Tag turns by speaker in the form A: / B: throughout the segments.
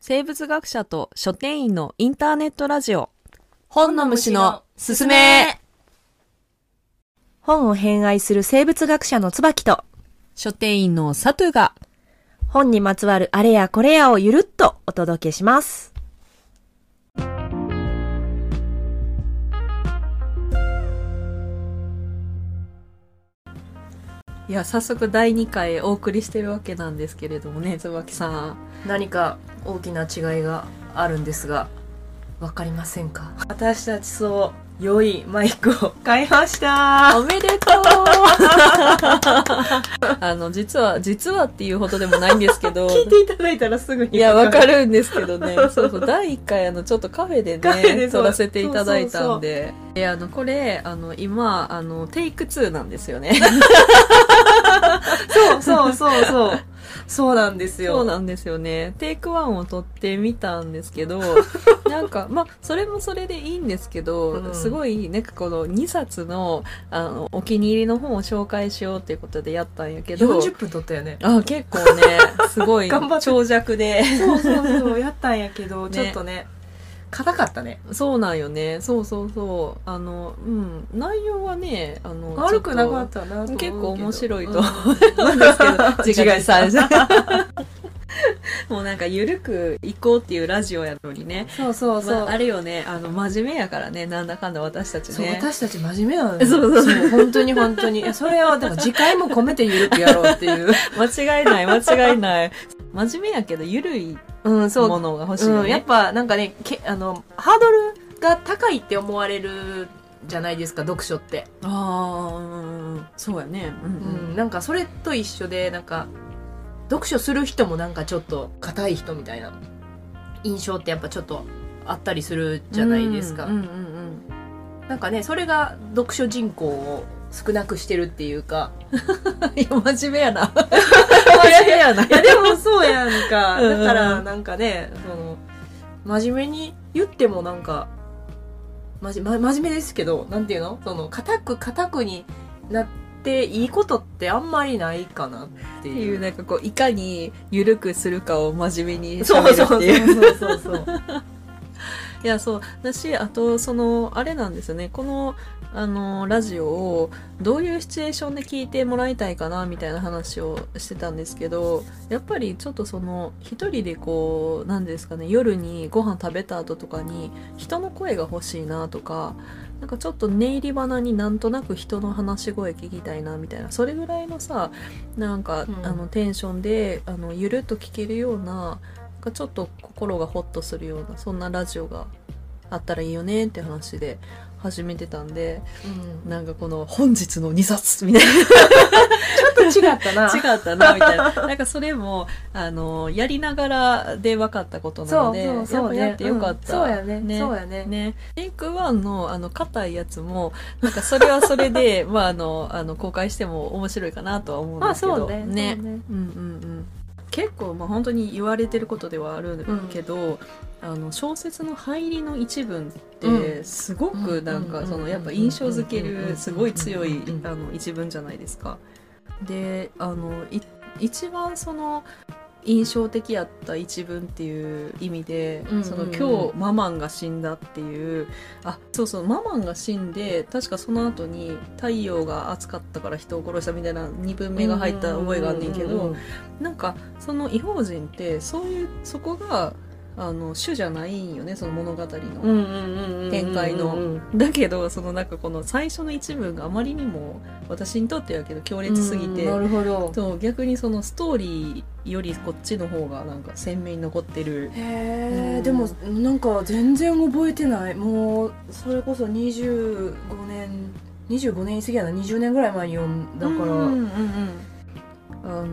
A: 生物学者と書店員のインターネットラジオ本の虫のすすめ
B: 本を偏愛する生物学者の椿と、
A: 書店員のサトゥが
B: 本にまつわるあれやこれやをゆるっとお届けします。
A: いや早速第2回お送りしてるわけなんですけれども ね椿さん
B: 何か大きな違いがあるんですが、わかりませんか私たちそう、良いマイクを買いました
A: おめで とうあの実は実はっていうほどでもないんですけ ど
B: 聞いていただいたらすぐに。
A: いや、わかるんですけ どね。そうそう。第1回、あの、ちょっとカフェで
B: カフェで
A: ね、
B: そう
A: 撮らせていただいたんで。いや、あの、これ、あの、今、あの、テイク2なんですよね。
B: そうそうそうそう。そうなんですよ。
A: そうなんですよね。テイク1を撮ってみたんです けど、なんか、まあ、それもそれでいいんですけど、
B: うん
A: すごい、なんかこの2冊の、あの、お気に入りの本を紹介しようっていうことでやったんやけど、
B: 40分撮ったよね。
A: あ結構 ね、すごい
B: 頑張って
A: 長尺で。
B: そうそうそう、やったんやけど、
A: ね
B: ちょっとね、硬かったね。
A: そうなんよね。そうそうそう。あの、うん。内容はね、あの、
B: 悪くなかっ
A: ち
B: たなと思うけ
A: 結
B: ど
A: 構面白いと
B: うん
A: ょっとなんですけど、
B: 違いさん
A: ん。 もうなんか、ゆるく行こうっていうラジオやのにね。
B: そうそうそう、
A: まあ、あれよね、あの、真面目やからね、なんだかんだ私たち
B: そう
A: ね。
B: 私たち真面目なのよ
A: そうそうそう
B: 本当に本当にいやそれはでも次回も込めてゆるくやろうっていう
A: 間違いない、間違いない。真面目やけど、ゆるい
B: うんそう
A: ものが欲しいよ
B: うん、やっ
A: ね。
B: ぱなんかねけあのハードルが高いって思われるじゃないですか読書って、
A: ああ、うんうん、そうやね。うん
B: う
A: うん
B: ん、なんかそれと一緒でなんか読書する人もなんかちょっと硬い人みたいな印象ってやっぱちょっとあったりするじゃないですか、
A: うんうんうん
B: なんかねそれが読書人口を少なくしてるっていうか
A: うん。いや、真面目や な。
B: いやい
A: 真面目
B: や
A: や な。
B: いやでも そうやんか。
A: うんうん
B: だからなんかね、その、真面目に言ってもなんか、まじ、ま、真面目ですけど、なんていうのその、固く固くになっていいことってあんまりないかなって
A: ってい
B: いうう。
A: なんかこういかに緩くするかを真面目にし
B: そ
A: ゃべ
B: う
A: るっ
B: そうそう
A: ていう
B: そうそう。
A: いやそうだしあとそのあれなんですよねこのあのラジオをどういうシチュエーションで聞いてもらいたいかなみたいな話をしてたんですけどやっぱりちょっとその一人でこうなんですかね夜にご飯食べた後とかに人の声が欲しいなとかなんかちょっと寝入り花になんとなく人の話し声聞きたいなみたいなそれぐらいのさなんか、
B: うん
A: あのテンションであのゆるっと聞けるようななんかちょっと心がホッとするようなそんなラジオがあったらいいよねって話で始めてたんで
B: うん、
A: なんかこの本日の2冊みたいな
B: ちょっ と違ったな。
A: 違ったなみたいななんかそれもあのやりながらで分かったことな
B: そ
A: の
B: う
A: で
B: そうそう、ね。
A: やっぱやってよかった、
B: うんそうやねそうやね。
A: ね、テイクワンのあの硬いやつもなんかそれはそれで まああのあの公開しても面白いかなとは思うん
B: ま
A: で
B: あ
A: すけど
B: そうね。そうね
A: うんうんうん結構まあ本当に言われてることではあるけど、あの小説の入りの一文っ
B: う
A: てすごくなん
B: うん
A: か
B: うん
A: そのやっぱ印象づけ
B: うんうん
A: るすごい強い
B: うん
A: あの一文じゃないですか。であのい一番その印象的やった一文っていう意味で、
B: うんうん
A: その今日ママンが死んだっていうあそうそうママンが死んで確かその後に太陽が暑かったから人を殺したみたいな2文目が入った覚えがあんねんけど、
B: うう
A: なんかその異邦人ってそういうそこがあの主じゃないんよねその物語の。
B: うんうんうんうんうん
A: 展開の
B: うん
A: だけどそのなんかこの最初の一文があまりにも私にとってやけど強烈すぎて、
B: うんなるほど。
A: そう逆にそのストーリーよりこっちの方がなんか鮮明に残ってるう
B: へえ
A: ん
B: でもなんか全然覚えてないもうそれこそ25年25年過ぎやな20年ぐらい前に読んだ
A: だ
B: か、
A: からら、あの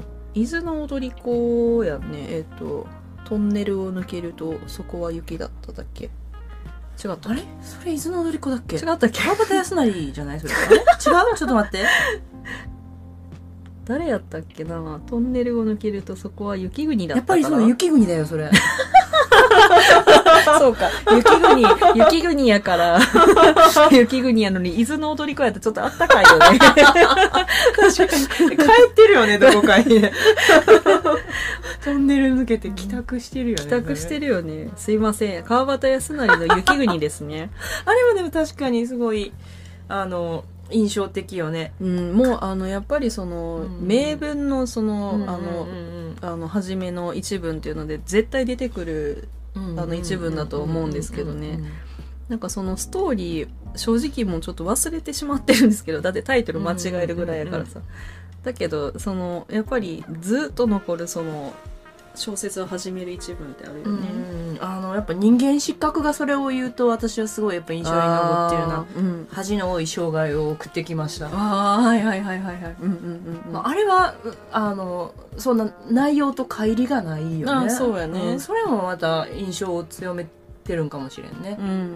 A: ー伊豆の踊り子やんねえっ、と「トンネルを抜けるとそこは雪だった」だっけ違った
B: あれそれ伊豆の踊り子だっけ
A: 違ったっけ
B: 川端康成じゃないそれあれ違うちょっと待って
A: 誰やったっけな「トンネルを抜けるとそこは雪国だ
B: や
A: っ
B: っぱ
A: た
B: り
A: か
B: そ
A: な」
B: の雪国だよそれ
A: そうか。雪国、 雪国やから、雪国やのに、伊豆の踊り子やとちょっとあったかいよね。
B: 確かに帰ってるよねどこかにねトンネル抜けて帰宅してるよね
A: 帰宅して
B: る
A: るよね。すいません。川端康成の雪国ですね。
B: あれはでも確かにすごいあの印象的よね
A: うん、もう、あの、やっぱりその、
B: うん
A: 名文のその、あ
B: う
A: の
B: ん、うん
A: あの、初めの一文っていうので、絶対出てくる、
B: うん
A: あの一文だと思うんですけどね
B: うんうん
A: なんかそのストーリー、正直もうちょっと忘れてしまってるんですけど、だってタイトル間違えるぐらいやからさ。だけど、その、やっぱりずっと残るその、小説を始める一文ってあるよ
B: うん
A: ね。
B: うんあのやっぱ人間失格がそれを言うと私はすごいやっぱ印象に残ってるな
A: あーうん。
B: 恥の多い生涯を送ってきました
A: ああ、はいはいはいはいはい。うんうんうん。
B: まあ、あれはうあのそんな内容と乖離がないよね
A: あそうやね
B: んそれもまた印象を強めてるんかもしれんね
A: う、んうんうん、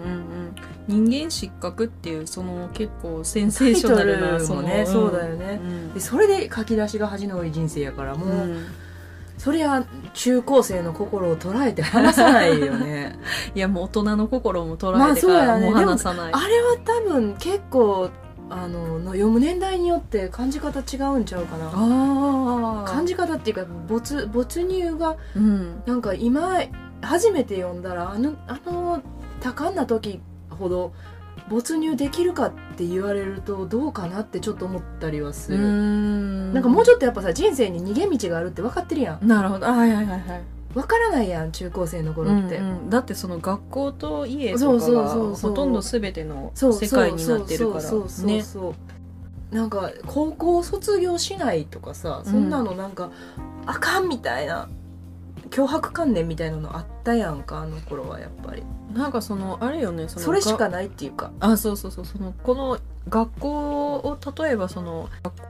A: 人間失格っていうその結構センセーショナル
B: タ
A: な
B: イト
A: そ
B: ルも
A: の
B: ね
A: ん
B: そうだよねでそれで書き出しが恥の多い人生やから
A: う
B: も
A: ん
B: う、
A: うん
B: そりゃ中高生の心を捉えて話さないよ ね
A: いやもう大人の心も捉
B: ま
A: え
B: あ
A: て
B: そ
A: か
B: う
A: ら
B: やね
A: もう話さない、
B: あれは多分結構あのの読む年代によって感じ方違うんちゃうかな
A: あ
B: 感じ方っていうか没没入が
A: うん
B: なんか今初めて読んだらあのあの多感な時ほど没入できるかって言われるとどうかなってちょっと思ったりはす
A: う
B: る、
A: ん
B: なんかもうちょっとやっぱさ人生に逃げ道があるって分かってるやん
A: なるほどあはいはいはいはい
B: 分からないやん中高生の頃って、
A: うんうんだってその学校と家と
B: そう
A: か
B: そう
A: が
B: そうそう
A: ほとんど全ての
B: そう
A: 世界になってるから
B: そうそうそうそう
A: ね
B: そうなんか高校卒業しないとかさそんなのなんか、あかんみたいな脅迫観念みたいなのあったやんかあの頃はやっぱり
A: なんかそのあれよねその
B: それし
A: が
B: かないっていうか
A: あそうそうそうそのこの学校を例えばその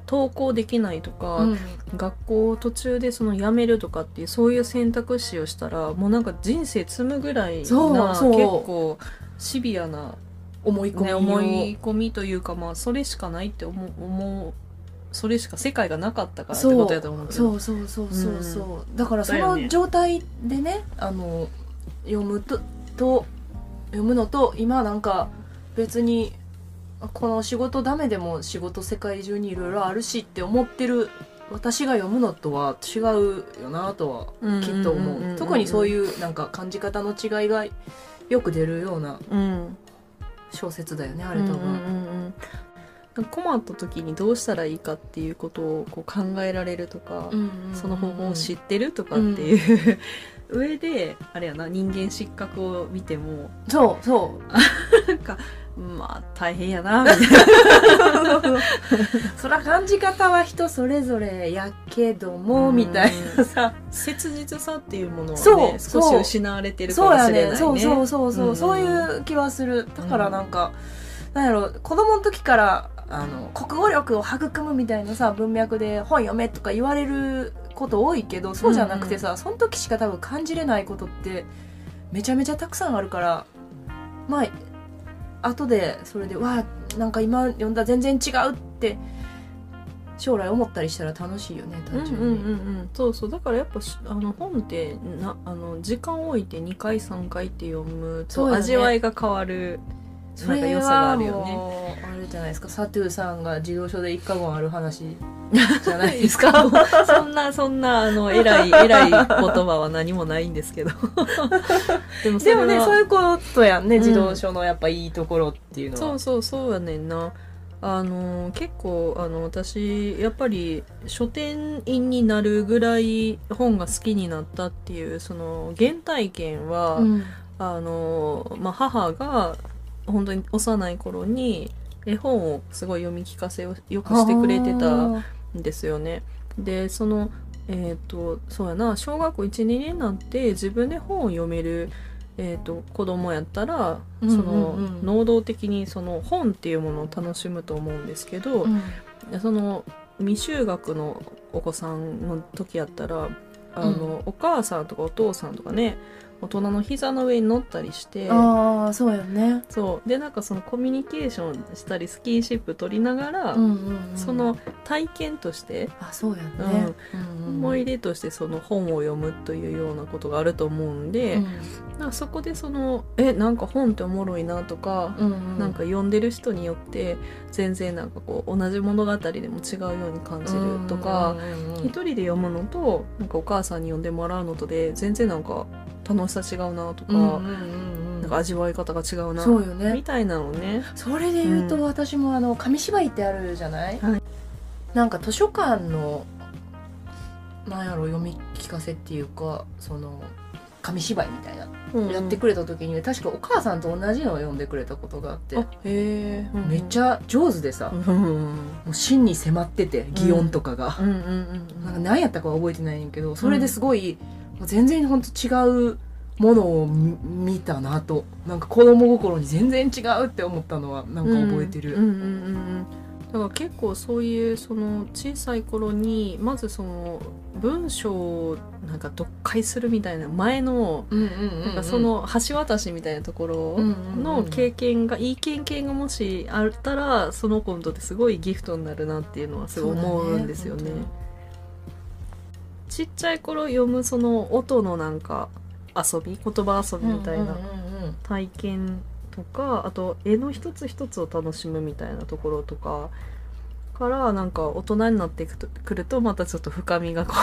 A: 登校できないとか、
B: うん
A: 学校を途中でその辞めるとかっていうそういう選択肢をしたらもうなんか人生積むぐらいな結
B: そうそう
A: 構シビアな、
B: 思い込みを、
A: ね、思い込みというかまあそれしかないって思う思うそれしか世界がなかったからって
B: そう
A: ことやと思うけど
B: そうそうそうそうそう、だからそ
A: だよね
B: の状態でねあの読むとと読むのと今なんか別にこの仕事ダメでも仕事世界中にいろいろあるしって思ってる私が読むのとは違うよなとは
A: うん
B: きっと
A: うんうんうんうん
B: 思
A: うん
B: う特にそういうなんか感じ方の違いがよく出るような
A: うん
B: 小説だよねあ
A: あ
B: れ
A: れ
B: 多
A: 多
B: 分、
A: 分困った時にどうしたらいいかっていうことをこう考えられるとか、その方法を知ってるとかっていう、 上であれやな人間失格を見ても
B: そうそう
A: なんかまあ大変やなみ たいな
B: そら感じ方は人それぞれやけども
A: うん
B: みたいなさ
A: 切実さっていうものは
B: そう
A: ね少し
B: そう
A: 失われてるか
B: そう
A: も
B: や
A: しれない
B: ね
A: ね。
B: そうそうそうそう、
A: うん
B: そういう気はするだからなんか、なんやろ子供の時からあの国語力を育むみたいなさ文脈で本読めとか言われること多いけどそうじゃなくてさ、その時しか多分感じれないことってめちゃめちゃたくさんあるからまあ後でそれで「わあなんか今読んだ全然違う」って将来思ったりしたら楽しいよね
A: うんう
B: 単
A: ん
B: 純
A: う
B: に。
A: んうん、そうそうだからやっぱしあの本ってなあの時間を置いて2回3回って読む
B: そう
A: と、
B: やね
A: 味わいが変わる
B: そ
A: なんか
B: れ
A: 良さが
B: は
A: あるよね。
B: もうあれじゃないですかサトゥーさんが自動書で一家言ある話じゃないです
A: もう
B: か
A: そんなそんなあの偉い偉い言葉は何もないんです けどでもそれ
B: で
A: は
B: もねそういうことやんね
A: うん
B: 自動書のやっぱいいところっていうのは、
A: そうそうそうやねんなあの結構あの私やっぱり書店員になるぐらい本が好きになったっていうその原体験は、
B: うん
A: あの、まあ、母が本当に幼い頃に絵本をすごい読み聞かせをよくしてくれてたん
B: あ
A: ですよね。でそのえっ、とそうやな小学校12年になって自分で本を読める、えー、と子供やったらその、
B: うんうんうん
A: 能動的にその本っていうものを楽しむと思うんですけど、
B: ーうん
A: その未就学のお子さんの時やったらあの、お母さんとかお父さんとかね大人の膝の上に乗ったりして
B: ああそうやね
A: そうでなんかそのコミュニケーションしたりスキンシップ取りながら、
B: うんうん、うん、
A: その体験として
B: あそうやね、うんうん
A: 思い出としてその本を読むというようなことがあると思うんで、
B: うん
A: なんかそこでそのえなんか本っておもろいなとか、
B: うんうん、
A: なんか読んでる人によって全然なんかこう同じ物語でも違うように感じるとか、
B: うんうんうん
A: 一人で読むのとなんかお母さんに読んでもらうのとで全然なんか楽しさ違うなとか、
B: うんうんうんうん
A: なんか味わい方が違うな
B: そうよね
A: みたいなのね。
B: それで言うと、
A: うん
B: 私もあの紙芝居ってあるじゃない、
A: はい
B: なんか図書館のなんやろ読み聞かせっていうかその紙芝居みたいな、やってくれた時にね確かお母さんと同じのを読んでくれたことがあって
A: あへえ、
B: めっち
A: ゃ
B: ゃ上手でさ、
A: う
B: も
A: んうん
B: う真に迫ってて擬音とかが、
A: うんうん
B: なんか何やったかは覚えてないんやけどそれですごい、もう全然ほんと違うものを見見たなとなんか子供心に全然違うって思ったのはなんか覚えてる。
A: うんうんうんうんだから結構そういうその小さい頃にまずその文章をなんか読解するみたいな前の
B: うんうんうんうん
A: なんかその橋渡しみたいなところ
B: うんうんうん
A: の経験がいい経験がもしあったらその子にとってすごいギフトになるなっていうのはすごい思うんですよね。ちっちゃい頃読むその音のなんか遊び言葉遊びみたいな体験とかあと絵の一つ一つを楽しむみたいなところとかからなんか大人になっていくとくるとまたちょっと深みがこ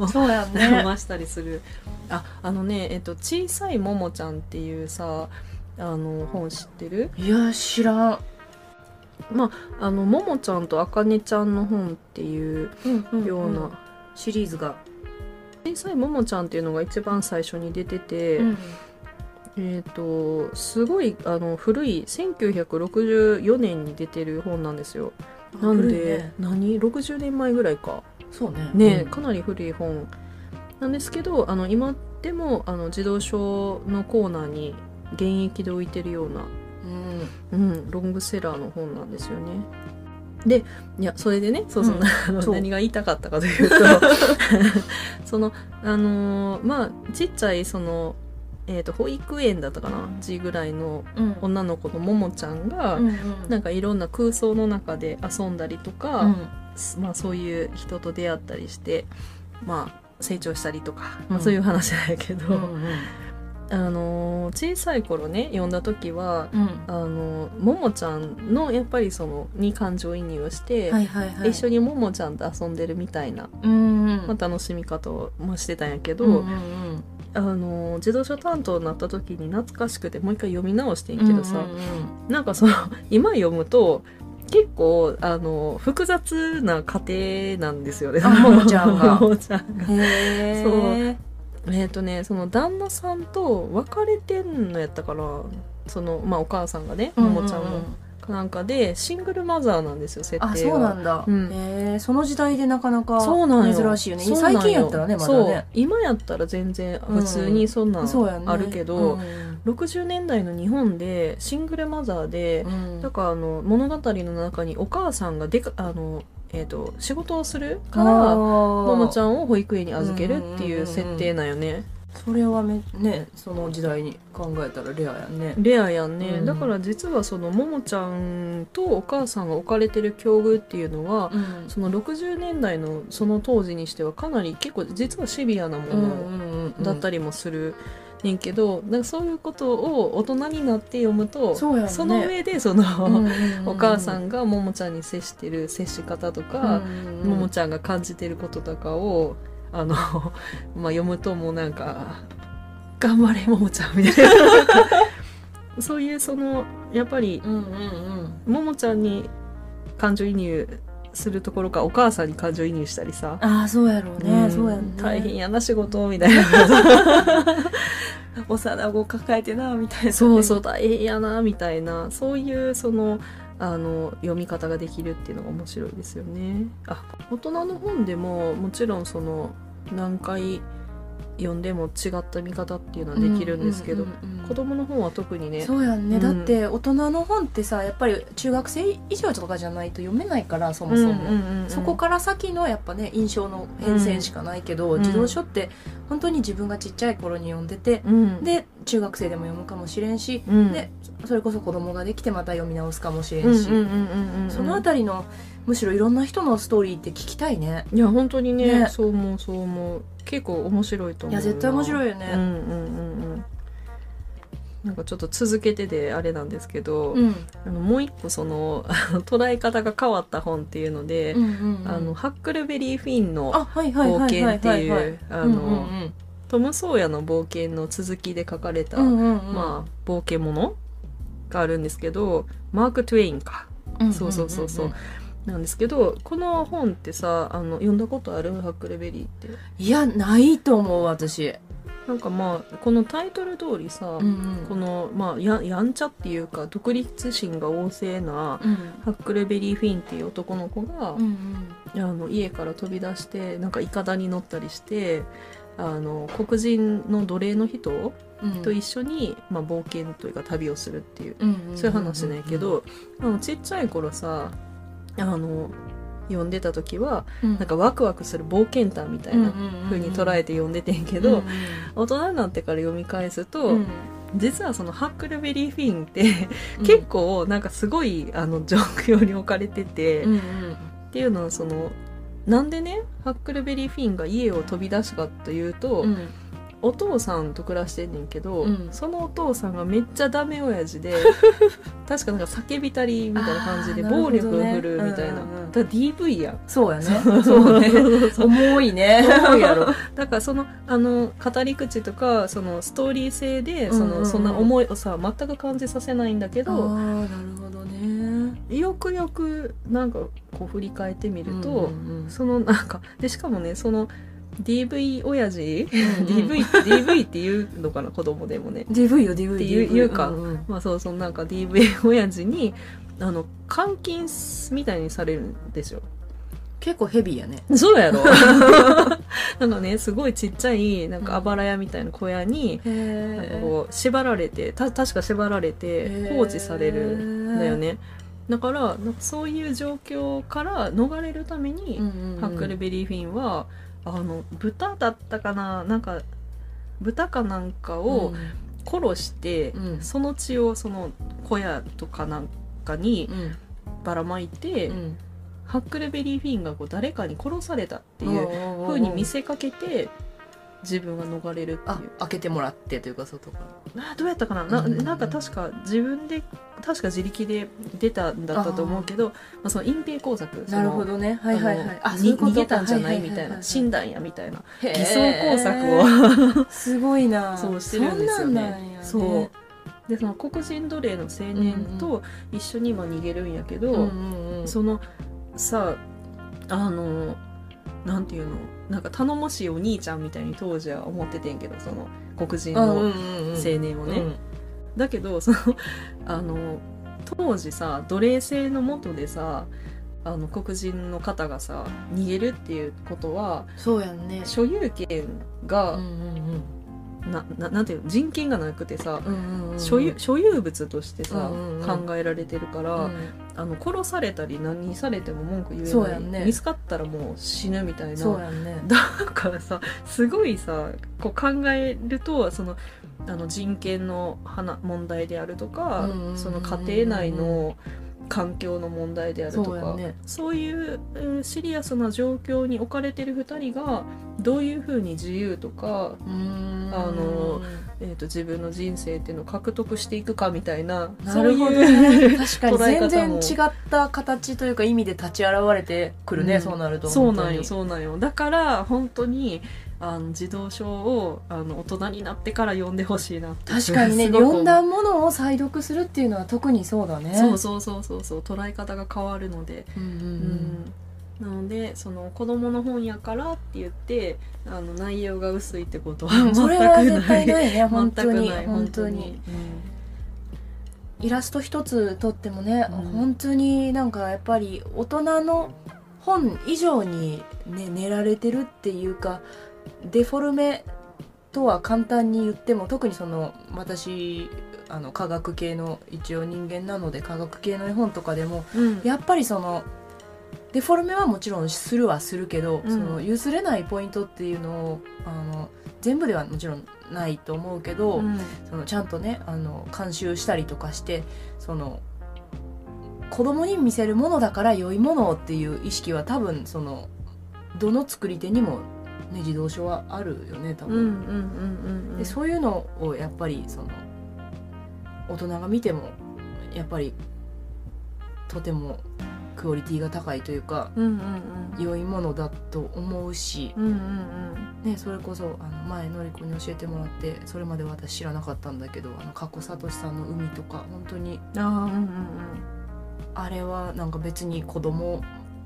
A: う
B: そうやね。
A: 増したりする。ああのね、えっと「小さいももちゃん」っていうさあの本知ってる
B: いや知らん。
A: あのももちゃんとあかねちゃんの本っていうような、
B: シリーズが。
A: 小さいももちゃんっていうのが一番最初に出てて、えっ、とすごいあの古い1964年に出てる本なんですよ。なん
B: 古い
A: で、
B: ね
A: 何60年前ぐらいか
B: そうね。
A: ね、
B: うん
A: かなり古い本なんですけどあの今でもあの児童書のコーナーに現役で置いてるような、
B: うん
A: うん、ロングセラーの本なんですよね。でいやそれでねそうそう、
B: うん
A: あの
B: そう
A: 何が言いたかったかと いうとそのあのーまあちっちゃいその、えー、と保育園だったかな時ぐらいの
B: うん
A: 女の子のももちゃんが、
B: うん
A: なんかいろんな空想の中で遊んだりとか、
B: うん
A: まあ、そういう人と出会ったりして、まあ、成長したりとか、まあ
B: うん
A: そういう話だけど、
B: うん
A: あのー小さい頃ね読んだ時は
B: うん
A: あのーももちゃんのやっぱりそのに感情移入をして、
B: はいはいはい。
A: 一緒にももちゃんと遊んでるみたいな、
B: うんうん
A: まあ、楽しみ方をもしてたんやけど、
B: うんうんうん
A: あのー自動車担当になった時に懐かしくてもう一回読み直してんけどさ、
B: うんうん
A: なんかその 今読むと結構あの複雑な家庭なんですよね。
B: あももちゃん が
A: ももちゃんが
B: うんへー
A: えっ、とねその旦那さんと別れてんのやったからそのまあお母さんがね
B: うん
A: も
B: うんうん
A: もちゃんもかなんかでシングルマザーなんですよ設定が。
B: あそうなんだ。
A: うん
B: へーその時代でなかなか
A: そうなんよ
B: 珍しいよね。
A: そうなん
B: 最近やったらねまだ
A: そう
B: ね。
A: 今やったら全然普通にそんなん
B: そうやね。
A: あるけど、
B: うん
A: 60年代の日本でシングルマザーで、
B: うん
A: だからあの物語の中にお母さんがでかあの、えー、と仕事をするからも
B: も
A: もち
B: ゃん
A: ゃんを保育園に預けるっていう設定なんよね
B: それはめねその時代に考えたらレアやね
A: レアやんね、
B: うん
A: だから実はそのももちゃんとお母さんが置かれてる境遇っていうのは
B: うん
A: その60年代のその当時にしてはかなり結構実はシビアなものだった
B: り
A: りもするねんけど、なんかそういうことを大人になって読むと
B: そうやんね
A: の上でその、お母さ
B: が
A: んがももちゃんに接してる接し方とか、ももちゃんが感じてることとかをあの まあ読むともうなんか「頑張れももちゃん」みたいな そういうそのやっぱり
B: うんうんうん
A: ももちゃんに感情移入するところからお母さんに感情移入したりさ
B: ああそうやろうね、
A: ん
B: そうやんね
A: 大変やな仕事みたい な
B: 幼子抱えてなみたいな
A: そうそうう大変やなみたいなそういうそのあの読み方ができるっていうのが面白いですよね。あ大人の本でももちろんその何回読んでも違った見方っていうのはできるんですけど、
B: うんうんうんうん
A: 子供の本は特にね
B: そうやんね、
A: うん
B: だって大人の本ってさやっぱり中学生以上とかじゃないと読めないからそもそも、そこから先のやっぱね印象の変遷しかないけど、
A: うん
B: 児童書って本当に自分がちっちゃい頃に読んでて、
A: ら、うん、
B: で中学生でも読むかもしれんし、
A: うん、
B: でそれこそ子供ができてまた読み直すかもしれ
A: うんん
B: し、
A: うんうんうんうん、
B: そのあたりのむしろいろんな人のストーリーって聞きたいね。
A: いや本当にね
B: ね
A: そう思うそう思う結構面白いと思
B: い
A: う
B: や
A: い
B: 絶対面白いよ
A: うん
B: ね。
A: うんうんうんなんかちょっと続けてであれなんですけど、
B: うん、
A: あのもう一個その あの捉え方が変わった本っていうので、
B: うんうんうん
A: あのハックルベリー・フィンの
B: あはいはい
A: 冒
B: はい
A: 険
B: は
A: って
B: いはいいう
A: あ
B: うんう
A: の
B: ん
A: トム・ソーヤの冒険の続きで書かれた、
B: うんうんうんうん
A: まあ冒険ものがあるんですけどマーク・トゥエインか
B: うん
A: そうそうそうそうん
B: んん
A: なんですけどこの本ってさあの読んだことあるハックルベリーって。
B: んいやないと思う私、
A: なんかまあこのタイトル通りさ、
B: ん
A: この、まあ、ややんちゃっていうか独立心が旺盛な
B: うん
A: ハックルベリー・フィンっていう男の子が
B: うんう、ん
A: あの家から飛び出してなんかイカダに乗ったりしてあの黒人の奴隷の人
B: うん
A: と一緒に、まあ、冒険というか旅をするっていう
B: うんうん
A: そういう話なんやけど、あのちっちゃい頃さあの読んでた時は
B: うん
A: なんかワクワクする冒険譚みたいな風に捉えて読んでてんけ
B: け
A: ど、大人になってから読み返すと、実はそのハックルベリーフィンって、結構なんかすごいあの状況に置かれてて、
B: うん
A: っていうのはそのなんでねハックルベリーフィンが家を飛び出したかというと、
B: うんうん
A: お父さんと暮らしてんねんけど、
B: うん
A: そのお父さんがめっちゃダメ親 父で確かなんか叫びたりみたいな感じで
B: あー
A: 暴力を振るうみたいな
B: なるほどねうんうんう
A: だ
B: ん
A: から DV やん。
B: そうやね そう ね 重いね
A: そうや ろ だからそのあの語り口とかそのストーリー性でその、
B: うんうんうん
A: そんな思いをさ全く感じさせないんだけ
B: あ
A: ど
B: ーなるほどね
A: よくよくなんかこう振り返ってみると、
B: うんうんうん
A: そのなんかでしかもねその DV 親父、
B: うん
A: DV DV っていうのかな子供でもね
B: DV よ DV
A: っていう言うか
B: んん
A: まあそうそうなんか DV 親父にあの監禁みたいにされるんですよ
B: 結構ヘビーやね
A: そうやろ なんかねすごいちっちゃいなんかあばら屋みたいな小屋に、
B: へ
A: なんか
B: え
A: こう縛られてた確か縛られて放置されるんだよね、だからなんかそういう状況から逃れるために、ハックルベリーフィンはあの豚だったかななんか豚かなんかを殺して、
B: うんうん
A: その血をその小屋とかなんかに
B: うん
A: ばらまいて、
B: うん
A: ハックルベリーフィンがこう誰かに殺されたって
B: お
A: いう
B: おおお
A: 風に見せかけて自分が逃れるってい
B: あ
A: う
B: 開けてもらってというか外から
A: あどうやったかなな
B: うんうんうん
A: なんか確か自分で確か自力で出たんだったと思うけどまあ、その隠蔽工作その
B: なるほどねはいはいはい
A: あのに逃げたんじゃないみたいな死ん
B: だ
A: だんやみたいな
B: 偽
A: 偽装工作を
B: をすごい な
A: そうしてるんですよ
B: そな
A: ね
B: んなんや。
A: そうでその黒人奴隷の青年と一緒に今逃げるんやけど、
B: うんうんうん
A: そのさあのなんていうのなんか頼もしいお兄ちゃんみたいに当時は思っててんけどその黒人
B: あうん
A: の
B: うんうん
A: 青年をね。
B: うん
A: だけどそのあの当時さ奴隷制のもとでさあの黒人の方がさ逃げるっていうことは
B: そうやんね
A: 所有権
B: うん
A: が、
B: うん
A: なななんていうの人権がなくてさ、
B: うんうんうんうん
A: 所有所有物としてさ、
B: うんうんうん
A: 考えられてるから、
B: うん
A: あの殺されたり何されても文句言え
B: そう
A: な
B: や
A: い、
B: んね
A: 見つかったらもう死ぬみたいな
B: そうやんね
A: だからさすごいさこう考えるとそのあの人権の話問題であるとか、
B: うんうんうんうん
A: その家庭内の環境の問題であると
B: そうや
A: か
B: ね
A: そういううんシリアスな状況に置かれてる2人がどういうふうに自由とか、
B: うーん
A: あのえー、と自分の人生っていうのを獲得していくかみたいな
B: なるほど
A: そういう
B: ね確かに
A: 捉え方も
B: 全然違った形というか意味で立ち現れてくるね、
A: うん
B: そうなると
A: そうなんよ
B: う
A: そうなんよだから本当にあの児童書をあの大人になってから読んでほしいなって
B: 確かにね
A: すごく思う
B: 読んだものを再読するっていうのは特にそうだね
A: そうそうそうそうそう捉え方が変わるので、
B: うんうん
A: う
B: うん
A: んなのでその子供の本やからって言ってあの内容が薄いってことは 全く
B: それ
A: な
B: はい絶対
A: 全
B: ないね本当
A: く
B: に
A: ない
B: 本当にイラスト一つとってもね、
A: うん
B: 本当になんかやっぱり大人の本以上にね練られてるっていうかデフォルメとは簡単に言っても特にその私あの科学系の一応人間なので科学系の絵本とかでも
A: うん
B: やっぱりそのデフォルメはもちろんするはするけど、
A: うん
B: その譲れないポイントっていうのをあの全部ではもちろんないと思うけど、
A: うん
B: そのちゃんとねあの監修したりとかしてその子供に見せるものだから良いものっていう意識は多分そのどの作り手にも、ね、児童書はあるよね多
A: うんうんうんう
B: 分、
A: んうん
B: でそういうのをやっぱりその大人が見てもやっぱりとてもクオリティが高いというか
A: うんうん
B: 良いものだと思うし、
A: うんうんうん
B: ね、それこそあの前のりこに教えてもらってそれまで私知らなかったんだけどあの加古聡さんの「海」とか本当に
A: うんああうんうん
B: あれはなんか別に子供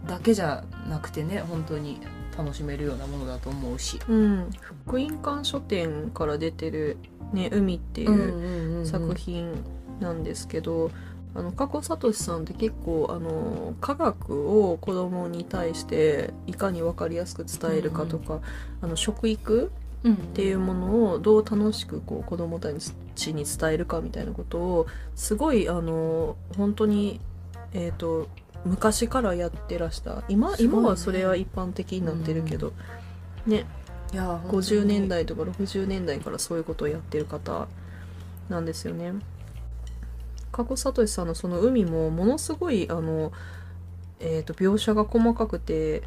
B: だけじゃなくてね本当に楽しめるようなものだと思うし。
A: うんうん福音館書店から出てるね海っていう、作品なんですけど、あの加古聡さんって結構あの科学を子供に対していかに分かりやすく伝えるかとか、あの食育
B: 品っ
A: っていうものをどう楽しくこう子供たちに伝えるかみたいなことをすごいあの本当にえっ、と昔からやってらした今,、
B: すごいね
A: 今はそれは一般的になってるけど、ね
B: いや本当に
A: 50年代とか60年代からそういうことをやってる方なんですよね。加古聡さんのその海もものすごいあの、えー、と描写が細かくて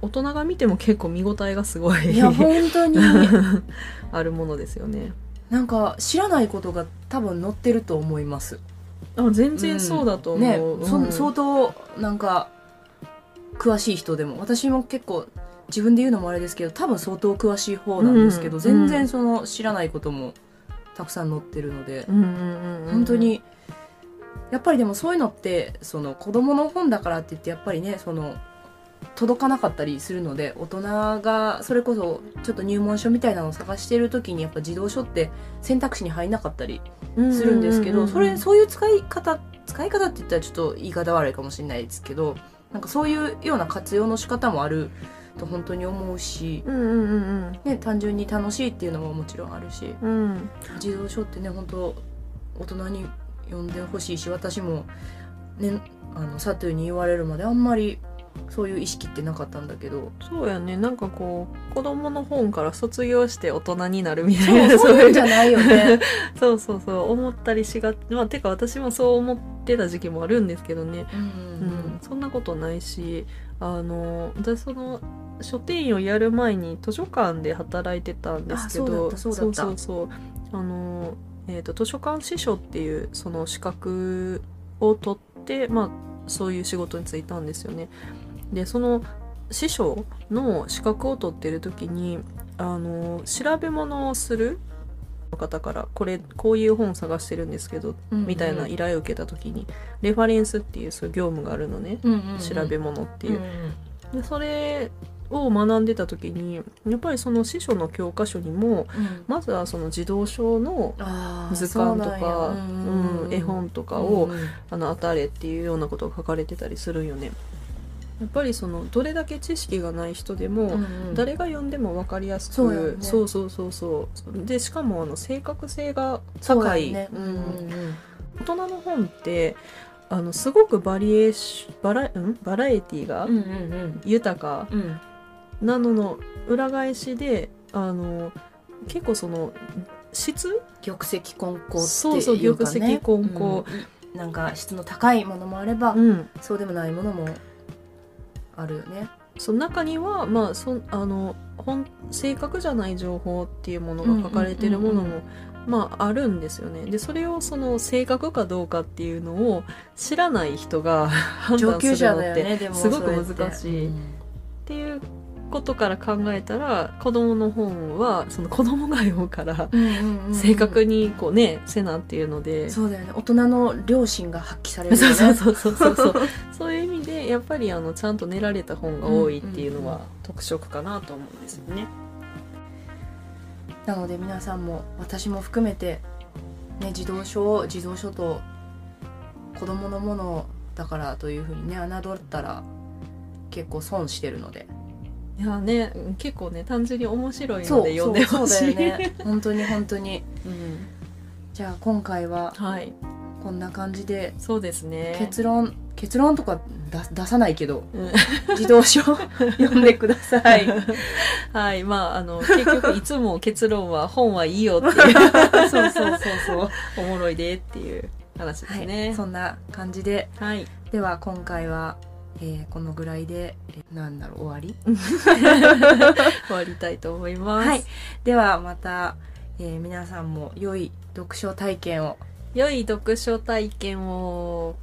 A: 大人が見ても結構見応えがすごい
B: いや本当に
A: あるものですよね。
B: なんか知らないことが多分載ってると思います。
A: あ全然そうだと思
B: ね、
A: う。
B: そ
A: うん
B: 相当なんか詳しい人でも私も結構自分で言うのもあれですけど多分相当詳しい方なんですけど、
A: うん
B: 全然その知らないこともたくさん載ってるので、
A: うんうんうんうん
B: 本当にやっぱりでもそういうのってその子供の本だからって言ってやっぱりねその届かなかったりするので大人がそれこそちょっと入門書みたいなのを探してる時にやっぱ児童書って選択肢に入んなかったりするんですけ
A: う
B: ど、
A: うう
B: それそういう使い方使い方って言ったらちょっと言い方悪いかもしれないですけどなんかそういうような活用の仕方もあると本当に思うし、
A: うんうんうん
B: ね、単純に楽しいっていうのももちろんあるし
A: うんうん
B: 児童書ってね本当大人に読んでほしいし私も、ね、あのサトゥーに言われるまであんまりそういう意識ってなかったんだ けど。
A: そうやねなんかこう子供の本から卒業して大人になるみた
B: そ
A: いうな
B: そういうんじゃないよね。
A: そうそうそう思ったりしがまあてか私もそう思ってた時期もあるんですけどね、
B: うん
A: うんそんなことないしあの私その書店員をやる前に図書館で働いてたんですけど
B: あそうだったそうだった
A: そうそうそうあの、えー、と図書館司書っていうその資格を取って、まあ、そういう仕事に就いたんですよね。でその師匠の資格を取ってる時にあの調べ物をする方からこれこういう本探してるんですけど
B: うんう ん
A: みたいな依頼を受けた時にレファレンスっていうそういう業務があるのね
B: うんうんうん
A: 調べ物っていう
B: う。んうん
A: でそれを学んでた時にやっぱりその司書の教科書にも
B: うん
A: まずはその児童書の
B: あー
A: 図鑑とか、
B: そうなんや
A: うん、絵本とかを、あの与えれっていうようなことが書かれてたりするんよね。やっぱりそのどれだけ知識がない人でも、
B: 誰
A: 誰が読んでも分かりやすく
B: そうやね
A: そうそうそうそうでしかもあの正確性が
B: 高
A: 高
B: い
A: い、
B: ね、
A: うん大人の本ってあのすごくバリエーシバラ,、うん、バラエティが
B: うんうん
A: 豊か
B: うん
A: なのの裏返しであの結構その質
B: 玉石混交っていうか、ね、
A: そうそう玉石混交
B: うんなんか質の高いものもあれば、
A: うん
B: そうでもないものもあるよね
A: その中には、まあ、そあの本正確じゃない情報っていうものが書かれてるもの
B: うんうんうん
A: も、まあ、あるんですよね。でそれをその正確かどうかっていうのを知らない人が判
B: 上
A: 断
B: 級
A: する
B: 者
A: の
B: だ
A: っ
B: よ
A: て、
B: ねでも
A: すごく
B: それって
A: 難しい
B: うん
A: っていうことから考えたら子供の本はその子供が読むから
B: うんうんうん
A: 正確にこうねせなっていうので。
B: そうだよね大人の良心が発揮されるよ
A: そ
B: ね
A: うそうそうそうそうそう そういう意味でやっぱりあのちゃんと練られた本が多いっていうの
B: うん
A: は特色かなと思うんですよね。
B: なので皆さんも私も含めて、ね、児童書を児童書と子供のものだからというふうにね侮ったら結構損してるので
A: いやね結構ね単純に面白い
B: そ
A: の
B: う
A: で読んで
B: そ
A: ほ
B: うそ
A: し
B: う
A: い、
B: だよね本当に本当に
A: うん、
B: じゃあ今回は
A: はい
B: こんな感じで
A: そうですね
B: 結論結論とか出出さないけど
A: うん
B: 自動 書読んでください
A: はい、まあ、あの、結局、いつも結論は本はいいよっていう、
B: そうそうそうそう
A: おもろいでっていう話で
B: は
A: す
B: い、
A: ね。
B: そんな感じで
A: はい。
B: では今回は、えーこのぐらいで、えーなんだろう終わり
A: 終わりたいと思います。
B: はいではまた、えー皆さんも良い読書体験を
A: 良い読書体験を。